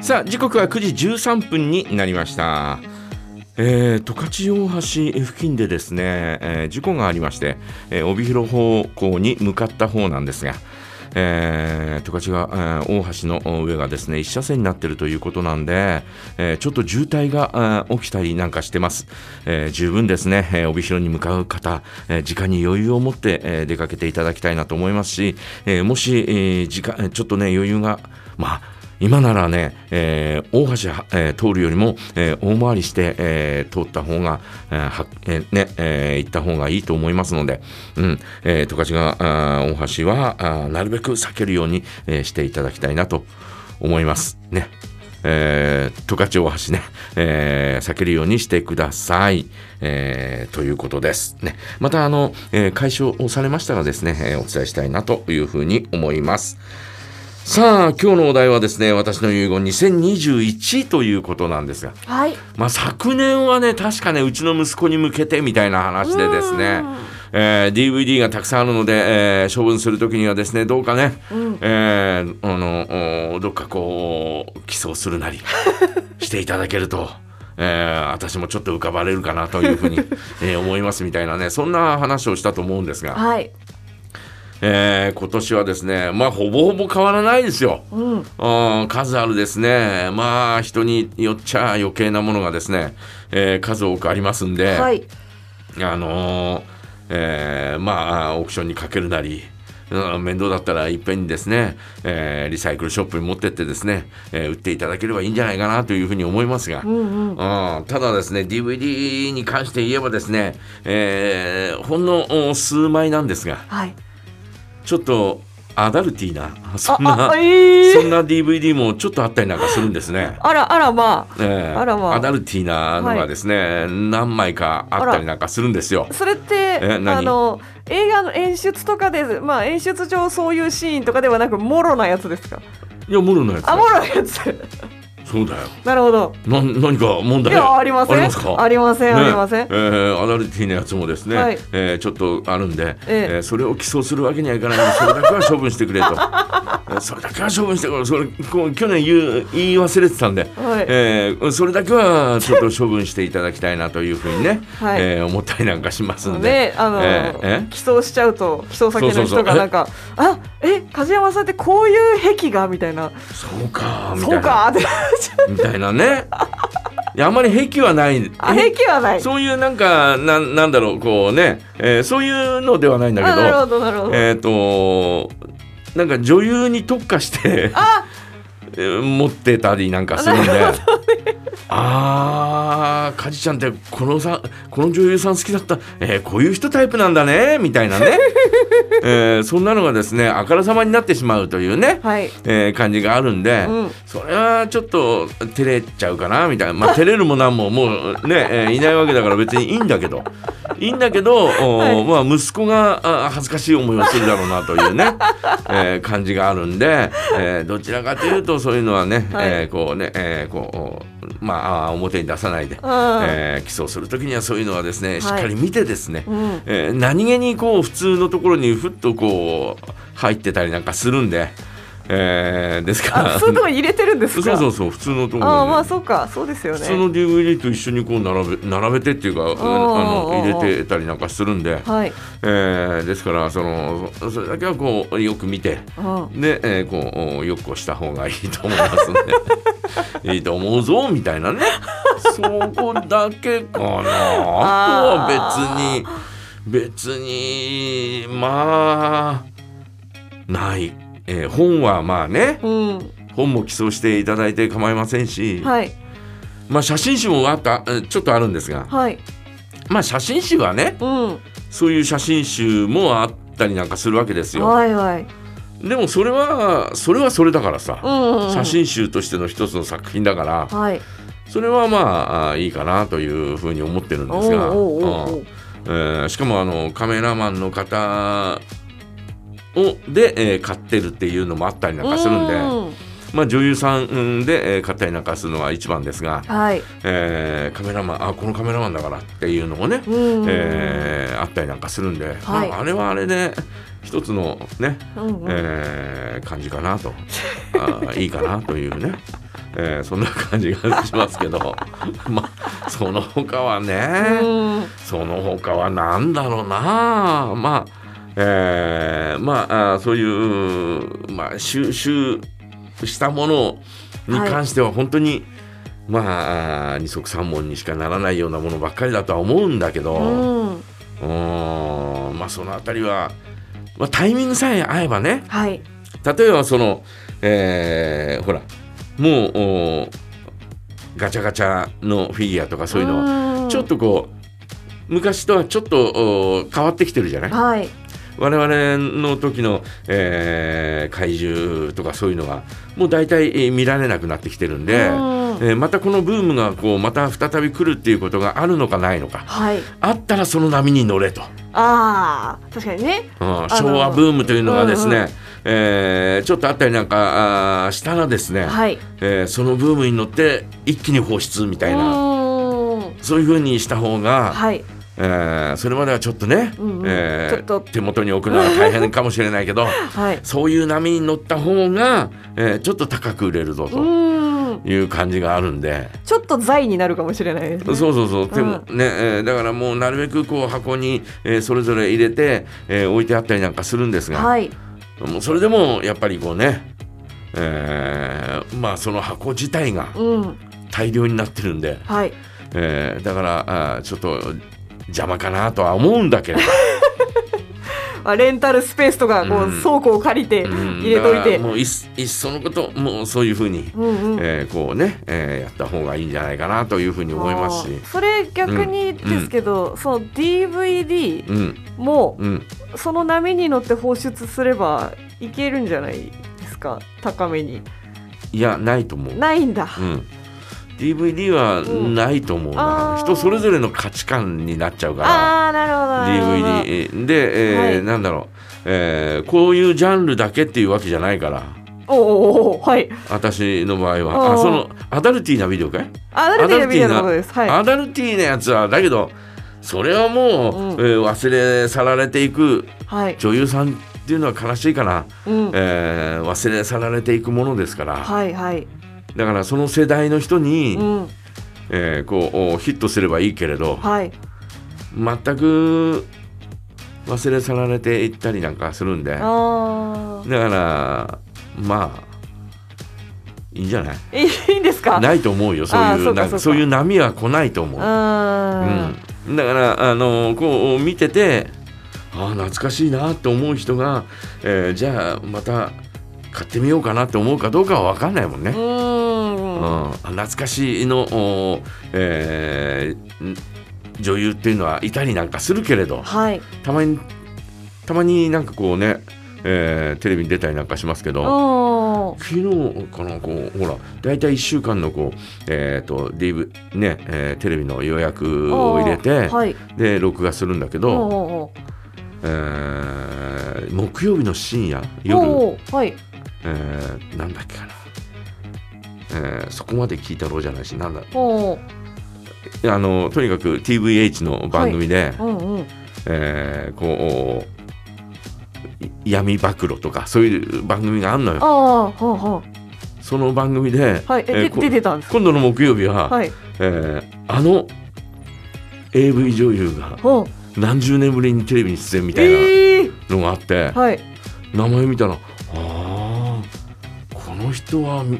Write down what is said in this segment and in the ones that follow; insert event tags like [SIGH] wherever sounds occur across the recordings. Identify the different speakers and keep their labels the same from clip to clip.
Speaker 1: さあ時刻は9時13分になりましたえー、十勝大橋付近でですね、えー事故がありまして、えー帯広方向に向かった方なんですが、えー、十勝が、えー大橋の上がですね一車線になっているということなんで、えーちょっと渋滞があー起きたりなんかしてます、えー十分ですね、えー帯広に向かう方、えー時間に余裕を持って、えー出かけていただきたいなと思いますし、えーもし、えー時間えーちょっとね余裕がまあ今ならね、えー大橋は、えー通るよりも、えー大回りして、えー通った方が、えーはえーねえー行った方がいいと思いますので、うんえー、十勝川あー大橋はあーなるべく避けるように、えーしていただきたいなと思います。ねえー、十勝大橋ね、えー避けるようにしてください。えーということです。ね、またあの、えー解消をされましたらですね、えーお伝えしたいなというふうに思います。さあ、今日のお題はですね、私の遺言2021ということなんですが、
Speaker 2: はい。
Speaker 1: まあ昨年はね、確かね、うちの息子に向けてみたいな話でですね、えー DVD がたくさんあるので、えー処分するときにはですね、どうかね、えーあの、おどっかこう、寄贈するなりしていただけると。えー私もちょっと浮かばれるかなというふうに、えー思いますみたいなねそんな話をしたと思うんです
Speaker 2: [LAUGHS]
Speaker 1: が、
Speaker 2: はい。
Speaker 1: えー今年はですね、まあ、ほぼほぼ変わらないですよ。
Speaker 2: うん。
Speaker 1: うん数あるですね、まあ、人によっちゃ余計なものがですね、えー数多くありますんで、
Speaker 2: はい。
Speaker 1: あのーえーまあ、オークションにかけるなり、うん面倒だったらいっぺんにですね、えーリサイクルショップに持ってってですね、えー売っていただければいいんじゃないかなというふうに思いますが、
Speaker 2: うんうん。
Speaker 1: うんただですね DVD に関して言えばですね、えーほんのお数枚なんですが、
Speaker 2: はい。
Speaker 1: ちょっとアダルティーな、そん
Speaker 2: あ
Speaker 1: な、 [LAUGHS]
Speaker 2: あ、え
Speaker 1: そ
Speaker 2: え
Speaker 1: んな DVD もちょっとあったりなんかするんですね。
Speaker 2: あら、あら、ま
Speaker 1: ええ
Speaker 2: あらまあ
Speaker 1: アダルティーなのがですね、何枚かあったりなんかするんですよ
Speaker 2: あ。。それって、
Speaker 1: え何
Speaker 2: あの、映画の演出とかで、まあ、演出上そういうシーンとかではなく、もろなやつですか。
Speaker 1: いや、モルのやつだ
Speaker 2: あ、
Speaker 1: よ
Speaker 2: もろなやつ。 [LAUGHS]
Speaker 1: そうだよ。
Speaker 2: なるほど。
Speaker 1: な何か問
Speaker 2: い
Speaker 1: 題
Speaker 2: や、ありません。
Speaker 1: ありますか
Speaker 2: ありません。
Speaker 1: ね
Speaker 2: ありません
Speaker 1: え。ーアダルティーなやつもですね、
Speaker 2: はい
Speaker 1: えーちょっとあるんで、え
Speaker 2: ええ
Speaker 1: ーそれを寄贈するわけにはいかないのでそれだけは処分してくれとえ
Speaker 2: [LAUGHS]
Speaker 1: ーそれだけは処分してくれそれこう去年言う言い忘れてたんで、
Speaker 2: はい
Speaker 1: えーそれだけはちょっと処分していただきたいなというふうにね、
Speaker 2: はい
Speaker 1: えー思ったりなんかしますんで。
Speaker 2: ね、あの、
Speaker 1: えーえ
Speaker 2: 寄贈しちゃうと、寄贈先
Speaker 1: そうそ
Speaker 2: の
Speaker 1: うそう
Speaker 2: 人がなんか、あ、え、梶山さんってこういう癖がみたいな。
Speaker 1: そうかみたいな
Speaker 2: そう
Speaker 1: [LAUGHS]
Speaker 2: かって。
Speaker 1: みたいなねいやあんまり癖はない
Speaker 2: あ、平気はない。
Speaker 1: そういうなんかなんなんだろうこうね、えーそういうのではないんだけ
Speaker 2: あ、
Speaker 1: ど
Speaker 2: なるほど、なるほど。
Speaker 1: えっ、となんか女優に特化して
Speaker 2: あ
Speaker 1: えー持ってたりなんかするんで、あーカジちゃんってこのさこの女優さん好きだった、えーこういう人タイプなんだねみたいな
Speaker 2: [LAUGHS]
Speaker 1: ね、えーそんなのがですねあからさまになってしまうというね、
Speaker 2: はい。
Speaker 1: えー感じがあるんで、
Speaker 2: うん
Speaker 1: それはちょっと照れちゃうかなみたいなまあ照れるもなんももうね、 [LAUGHS] えーいないわけだから別にいいんだけどいいんだけど、おー
Speaker 2: [LAUGHS] はい
Speaker 1: まあ、息子があ恥ずかしい思いをするだろうなと
Speaker 2: [LAUGHS]
Speaker 1: いうね、えー感じがあるんで、えーどちらかというとそういうのはね、
Speaker 2: はい
Speaker 1: えーこうね、えーこうまああー表に出さないで、
Speaker 2: うん
Speaker 1: えー起訴する時にはそういうのはですねしっかり見てですね、
Speaker 2: うん。
Speaker 1: えー何気にこう普通のところにふっとこう入ってたりなんかするんで、えーですか
Speaker 2: あ、
Speaker 1: ら
Speaker 2: そういうとこ入れてるんで
Speaker 1: [LAUGHS] そ
Speaker 2: す
Speaker 1: う
Speaker 2: か。
Speaker 1: そうそう普通のところに、
Speaker 2: あ、まあ、そうか、そうですよ
Speaker 1: 普
Speaker 2: ね。
Speaker 1: 通の DVD と一緒にこう並べ並べてっていうかあの
Speaker 2: おー
Speaker 1: 入れてたりなんかするんで、
Speaker 2: はい。
Speaker 1: えーですからそのそそれだけはこうよく見て。
Speaker 2: うん。
Speaker 1: で、えーこうおよくした方がいいと思います
Speaker 2: [LAUGHS]
Speaker 1: ね。いいと思うぞみたいなね。そこだけかな。あとは別に別にまあない。えー本はまあね
Speaker 2: うん。
Speaker 1: 本も寄贈していただいて構いませんし、
Speaker 2: はい。
Speaker 1: まあ写真集もあったえーちょっとあるんですが、
Speaker 2: はい。
Speaker 1: まあ写真集はね
Speaker 2: うん。
Speaker 1: そういう写真集もあったりなんかするわけですよ。
Speaker 2: はいはい。
Speaker 1: でもそれはそれはそれだからさ。
Speaker 2: うん、うん。
Speaker 1: 写。真集としての一つの作品だから
Speaker 2: はい。
Speaker 1: それはまああいいかなというふうに思ってるん
Speaker 2: お
Speaker 1: です
Speaker 2: う
Speaker 1: が
Speaker 2: おうおうお
Speaker 1: うん
Speaker 2: う。
Speaker 1: えーしかもあのカメラマンの方をで、えー買ってるっていうのもあったりなんかするんで
Speaker 2: うん
Speaker 1: まあ、女優さんうんで、えー買ったりなんかするのは一番ですが、
Speaker 2: はい。
Speaker 1: えーカメラマンあこのカメラマンだからっていうのもね、
Speaker 2: うん。
Speaker 1: えーあったりなんかするんで、
Speaker 2: はい
Speaker 1: まあ、あれはあれで一つのね
Speaker 2: うんうん
Speaker 1: [LAUGHS] えー感じかなとあーいいかなというね、ええーそんな感じがしますけど [LAUGHS] まあその他はね、
Speaker 2: うん
Speaker 1: その他は何だろうなまあえーまああーそういうまあ収集したものに関しては本当に、まああー二足三門にしかならないようなものばっかりだとは思うんだけど、
Speaker 2: うん
Speaker 1: うーんまあそのあたりは、まあ、タイミングさえ合えばね
Speaker 2: はい
Speaker 1: 例えばその、えーほらもうおーガチャガチャのフィギュアとかそういうのは
Speaker 2: の
Speaker 1: ちょっとこう昔とはちょっとお変わってきてるじゃない
Speaker 2: はい
Speaker 1: 我々の時の、えー怪獣とかそういうのはもう大体えー見られなくなってきてるんで、
Speaker 2: うん
Speaker 1: えーまたこのブームがこうまた再び来るっていうことがあるのかないのか
Speaker 2: はい
Speaker 1: あったらその波に乗れと、
Speaker 2: あー確かにね
Speaker 1: うん
Speaker 2: の
Speaker 1: 昭和ブームというのがですね、
Speaker 2: うんうん
Speaker 1: えーちょっとあったりなんかあーしたらですね、
Speaker 2: はい
Speaker 1: えーそのブームに乗って一気に放出みたいな、
Speaker 2: うん
Speaker 1: そういうふうにした方が、
Speaker 2: はい
Speaker 1: えーそれまではちょっとね、
Speaker 2: うんうん
Speaker 1: えー
Speaker 2: ちょっと
Speaker 1: 手元に置くのは大変かもしれないけ
Speaker 2: [LAUGHS]
Speaker 1: ど
Speaker 2: はい
Speaker 1: そういう波に乗った方が、えーちょっと高く売れるぞ
Speaker 2: う
Speaker 1: と
Speaker 2: ん
Speaker 1: いう感じがあるんで。
Speaker 2: ちょっと財になるかもしれないですね
Speaker 1: そうそうそう、でも
Speaker 2: う
Speaker 1: ね、えーだからもうなるべくこう箱に、えーそれぞれ入れて、えー置いてあったりなんかするんですが、
Speaker 2: はい
Speaker 1: もうそれでもやっぱりこうね、えーまあその箱自体が
Speaker 2: うん
Speaker 1: 大量になってるんで、
Speaker 2: はい
Speaker 1: えーだからあーちょっと邪魔かなとは思うんだ
Speaker 2: [LAUGHS]
Speaker 1: けれど
Speaker 2: まあレンタルスペースとかこ
Speaker 1: う
Speaker 2: うん倉庫を借りて
Speaker 1: うん
Speaker 2: 入れ
Speaker 1: だ
Speaker 2: とい
Speaker 1: から
Speaker 2: て
Speaker 1: もういっいっそのこともうそういうふうに、
Speaker 2: うんうん
Speaker 1: えーこうね、えーやった方がいいんじゃないかなというふうに思います
Speaker 2: あ
Speaker 1: し
Speaker 2: ー。それ逆にですけど、その DVD
Speaker 1: うん
Speaker 2: も
Speaker 1: うん、
Speaker 2: その波に乗って放出すればいけるんじゃないですか高めに
Speaker 1: いやないと思う、
Speaker 2: ないんだ、
Speaker 1: うん、DVD は
Speaker 2: うん
Speaker 1: ないと思うな、
Speaker 2: あー
Speaker 1: 人それぞれの価値観になっちゃうから
Speaker 2: ああーなるほどなる
Speaker 1: DVD で、えー
Speaker 2: はい
Speaker 1: なんだろう、えーこういうジャンルだけっていうわけじゃないから
Speaker 2: ほどおーおーおーはい
Speaker 1: 私の場合は
Speaker 2: あ
Speaker 1: あ
Speaker 2: ー
Speaker 1: そのアダルティーなビデオかい
Speaker 2: アダルティーなビデオのことですはい
Speaker 1: アダルティーなやつはだけどそれはもう、
Speaker 2: うん
Speaker 1: えー忘れ去られていく
Speaker 2: はい
Speaker 1: 女優さんっていうのは悲しいかな、
Speaker 2: うん
Speaker 1: えー忘れ去られていくものですから、
Speaker 2: はいはい
Speaker 1: だからその世代の人に、
Speaker 2: うん
Speaker 1: えーこうヒットすればいいけれど
Speaker 2: はい
Speaker 1: 全く忘れ去られていったりなんかするんでだか
Speaker 2: あ
Speaker 1: らまあいいんじゃない
Speaker 2: あいいんですか
Speaker 1: ないと思うよそう
Speaker 2: あ
Speaker 1: い
Speaker 2: ー
Speaker 1: う
Speaker 2: そうか
Speaker 1: なんか
Speaker 2: そ
Speaker 1: そう
Speaker 2: か
Speaker 1: ういう波は来ないと思う。
Speaker 2: あ
Speaker 1: うん、だから、あのこう見ててああ懐かしいなと思う人が、えーじゃあまた買ってみようかなって思うかどうかは分かんないもん
Speaker 2: ーう
Speaker 1: ね。うん、
Speaker 2: ん
Speaker 1: あ懐かしいの、おえーん女優っていうのはいたりなんかするけれど
Speaker 2: はい
Speaker 1: たまにたまになんかこうね、えーテレビに出たりなんかしますけど。
Speaker 2: おー
Speaker 1: 昨日かなこうほら大体1週間のこう、えーと DV ねえーテレビの予約を入れて、
Speaker 2: はい
Speaker 1: で録画するんだけ
Speaker 2: おー
Speaker 1: ど、
Speaker 2: おー
Speaker 1: えー木曜日の深夜夜、
Speaker 2: おーはい
Speaker 1: えーなんだっけかな、えーそこまで聞いたろうじゃないしなんだ
Speaker 2: おー
Speaker 1: あのとにかく TVH の番組で、
Speaker 2: うんうん
Speaker 1: えーこうい闇暴露とかそういう番組があんの
Speaker 2: あ
Speaker 1: よ
Speaker 2: あはあは
Speaker 1: その番組で、
Speaker 2: あはい
Speaker 1: え
Speaker 2: えで
Speaker 1: ーこ
Speaker 2: 出てたんですか
Speaker 1: 今度の木曜日は、
Speaker 2: はい
Speaker 1: えーあの AV 女優が
Speaker 2: うん
Speaker 1: 何十年ぶりにテレビに出演みたいな
Speaker 2: ええ
Speaker 1: のがあって、 [LAUGHS]
Speaker 2: はい
Speaker 1: 名前見たら「あーこの人はみ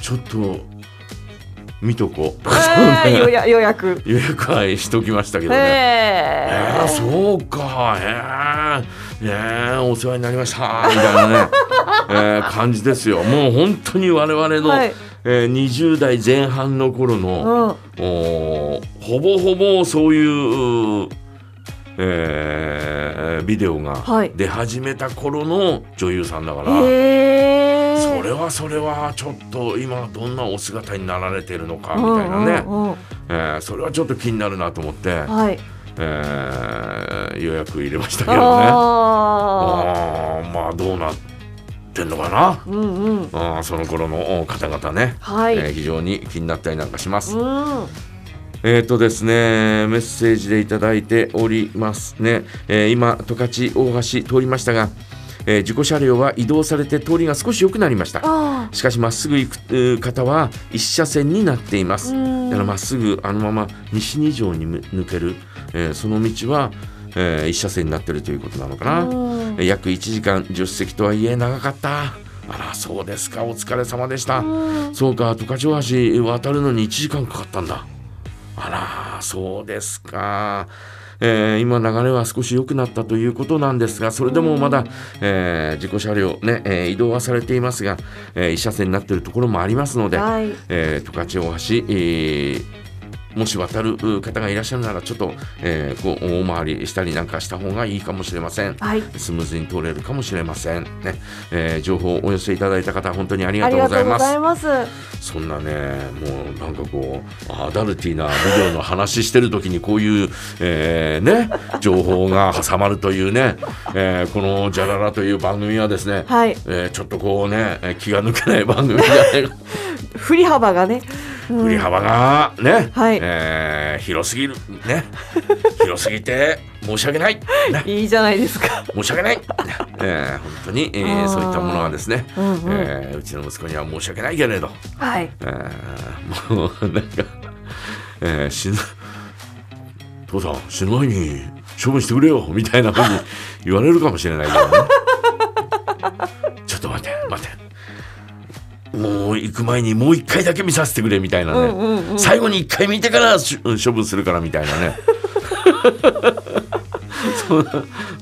Speaker 1: ちょっと見とこう」
Speaker 2: あーよや予約
Speaker 1: 予約はしときましたけ
Speaker 2: へ
Speaker 1: どね。えー、
Speaker 2: え
Speaker 1: そうか、えー、えー、お世話になりましたみたいなね、 [LAUGHS] えー感じですよ。もう本当に我々の、
Speaker 2: はい
Speaker 1: えー20代前半の頃
Speaker 2: う
Speaker 1: の、
Speaker 2: んは
Speaker 1: おーほぼほぼそういう、えービデオが
Speaker 2: はい
Speaker 1: 出始めた頃の女優さんだから、
Speaker 2: え
Speaker 1: それはそれはちょっと今どんなお姿になられてるのかみ
Speaker 2: うん
Speaker 1: たいなね、
Speaker 2: うんうん
Speaker 1: えーそれはちょっと気になるなと思って、
Speaker 2: はい
Speaker 1: えー予約入れましたけどねあ
Speaker 2: ああ
Speaker 1: あーまあどうなってんのかな
Speaker 2: うんうん
Speaker 1: あーその頃の方々ね、
Speaker 2: はい
Speaker 1: えー非常に気になったりなんかします。
Speaker 2: うん
Speaker 1: えーとですね、メッセージでいただいておりますね。えー今、十勝大橋通りましたが、えー事故車両は移動されて通りが少し良くなりました
Speaker 2: あ
Speaker 1: しかしまっすぐ行くえー方は一車線になっていま
Speaker 2: あ
Speaker 1: す
Speaker 2: うーん
Speaker 1: だからまっすぐあのまま西二条にむ抜ける、えーその道は、えー一車線になってるということなのかな、
Speaker 2: うん
Speaker 1: えー約1時間助手席とはいえ長かったあらそうですかお疲れ様でした、
Speaker 2: うん
Speaker 1: そうか十勝大橋渡るのに1時間かかったんだあらそうですか、えー今流れは少し良くなったということなんですがそれでもまだ、えー事故車両ね、えー移動はされていますが、えー一車線になっているところもありますので、
Speaker 2: はい
Speaker 1: えー、十勝大橋、えーもし渡るう方がいらっしゃるならちょっと、えーこう大回りしたりなんかした方がいいかもしれません。
Speaker 2: はい
Speaker 1: スムーズに通れるかもしれませんね、えー情報をお寄せいただいた方本当にありがとうございます
Speaker 2: ありがとうございます
Speaker 1: そんなねもうなんかこうアダルティーなビデオの話してる時にこういう、えーね情報が挟まるというね、えーこの「じゃらら」という番組はですね、
Speaker 2: はい
Speaker 1: えーちょっとこうねえー気が抜けない番組じゃないか
Speaker 2: 振り幅がね、うん
Speaker 1: 振り幅がね、
Speaker 2: はい
Speaker 1: えー広すぎるね広すぎて申し訳ない、ね、
Speaker 2: いいじゃないですか、
Speaker 1: 申し訳ない、ねえー本当に、えー
Speaker 2: あー
Speaker 1: そういったものはですね、
Speaker 2: うんうん
Speaker 1: えーうちの息子には申し訳ないけれど、
Speaker 2: はい
Speaker 1: えーもうなんか、えー死ぬ父さん死ぬ前に処分してくれよみたいなふうに言われるかもしれないけどね [LAUGHS] ちょっと待って待ってもう行く前にもう一回だけ見させてくれみたいなね、
Speaker 2: うんうんうん
Speaker 1: 最後に一回見てからし処分するからみたいなね [LAUGHS] そんな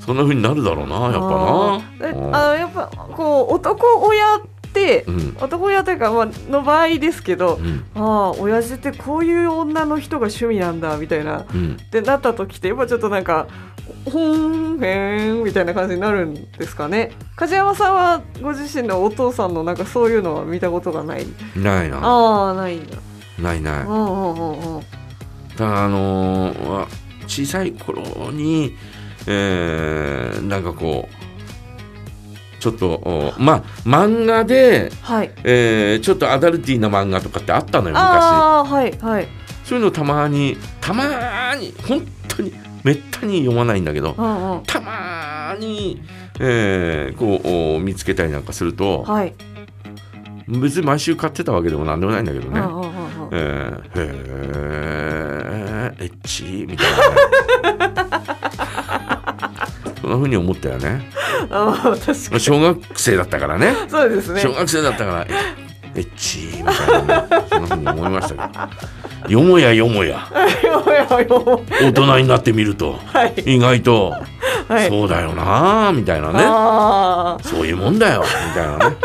Speaker 1: そんな風になるだろうなやっぱ
Speaker 2: え
Speaker 1: な
Speaker 2: あのやっぱこう男親って、
Speaker 1: うん
Speaker 2: 男親というか、まあの場合ですけど、
Speaker 1: うん
Speaker 2: ああ親父ってこういう女の人が趣味なんだみたいなっ
Speaker 1: うん
Speaker 2: てなった時ってやっぱちょっとなんかほーんへーんみたいな感じになるんですかね梶山さんはご自身のお父さんのなんかそういうのは見たことがない
Speaker 1: ないな
Speaker 2: ああないんだ
Speaker 1: ないな
Speaker 2: う
Speaker 1: い
Speaker 2: んうんうんうん
Speaker 1: ただあのーわ小さい頃に、えーなんかこうちょっとおまあ漫画で、
Speaker 2: はい
Speaker 1: えーちょっとアダルティーな漫画とかってあったのよ昔
Speaker 2: ああはいはい
Speaker 1: そういうのたまにたまに本当にめったに読まないんだけど
Speaker 2: うんうん
Speaker 1: たまに、えーこうお見つけたりなんかすると
Speaker 2: はい
Speaker 1: 別に毎週買ってたわけでもなんでもないんだけど
Speaker 2: う
Speaker 1: ね、
Speaker 2: んうんうんう
Speaker 1: え
Speaker 2: ん
Speaker 1: ーへーエッチみたいなねそんな風に思ったよね
Speaker 2: あー確かに
Speaker 1: 小学生だったからね
Speaker 2: そうですね
Speaker 1: 小学生だったからえエッチみたいな、ね、そんな風に思いましたけどよもやよもや
Speaker 2: よよよ
Speaker 1: 大人になってみると
Speaker 2: はい
Speaker 1: 意外と、
Speaker 2: はい
Speaker 1: そうだよなみたいなね
Speaker 2: あ
Speaker 1: そういうもんだよみたいなね、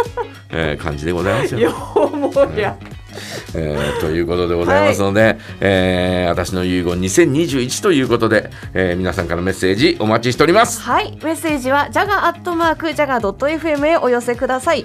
Speaker 1: えー感じでございます
Speaker 2: あ、
Speaker 1: よ
Speaker 2: よ。もや。
Speaker 1: えーということでございますので、えー私の遺言2021ということで、えー皆さんからメッセージお待ちしております。
Speaker 2: はい、メッセージはジャガアットマークジャガドット FM へお寄せください。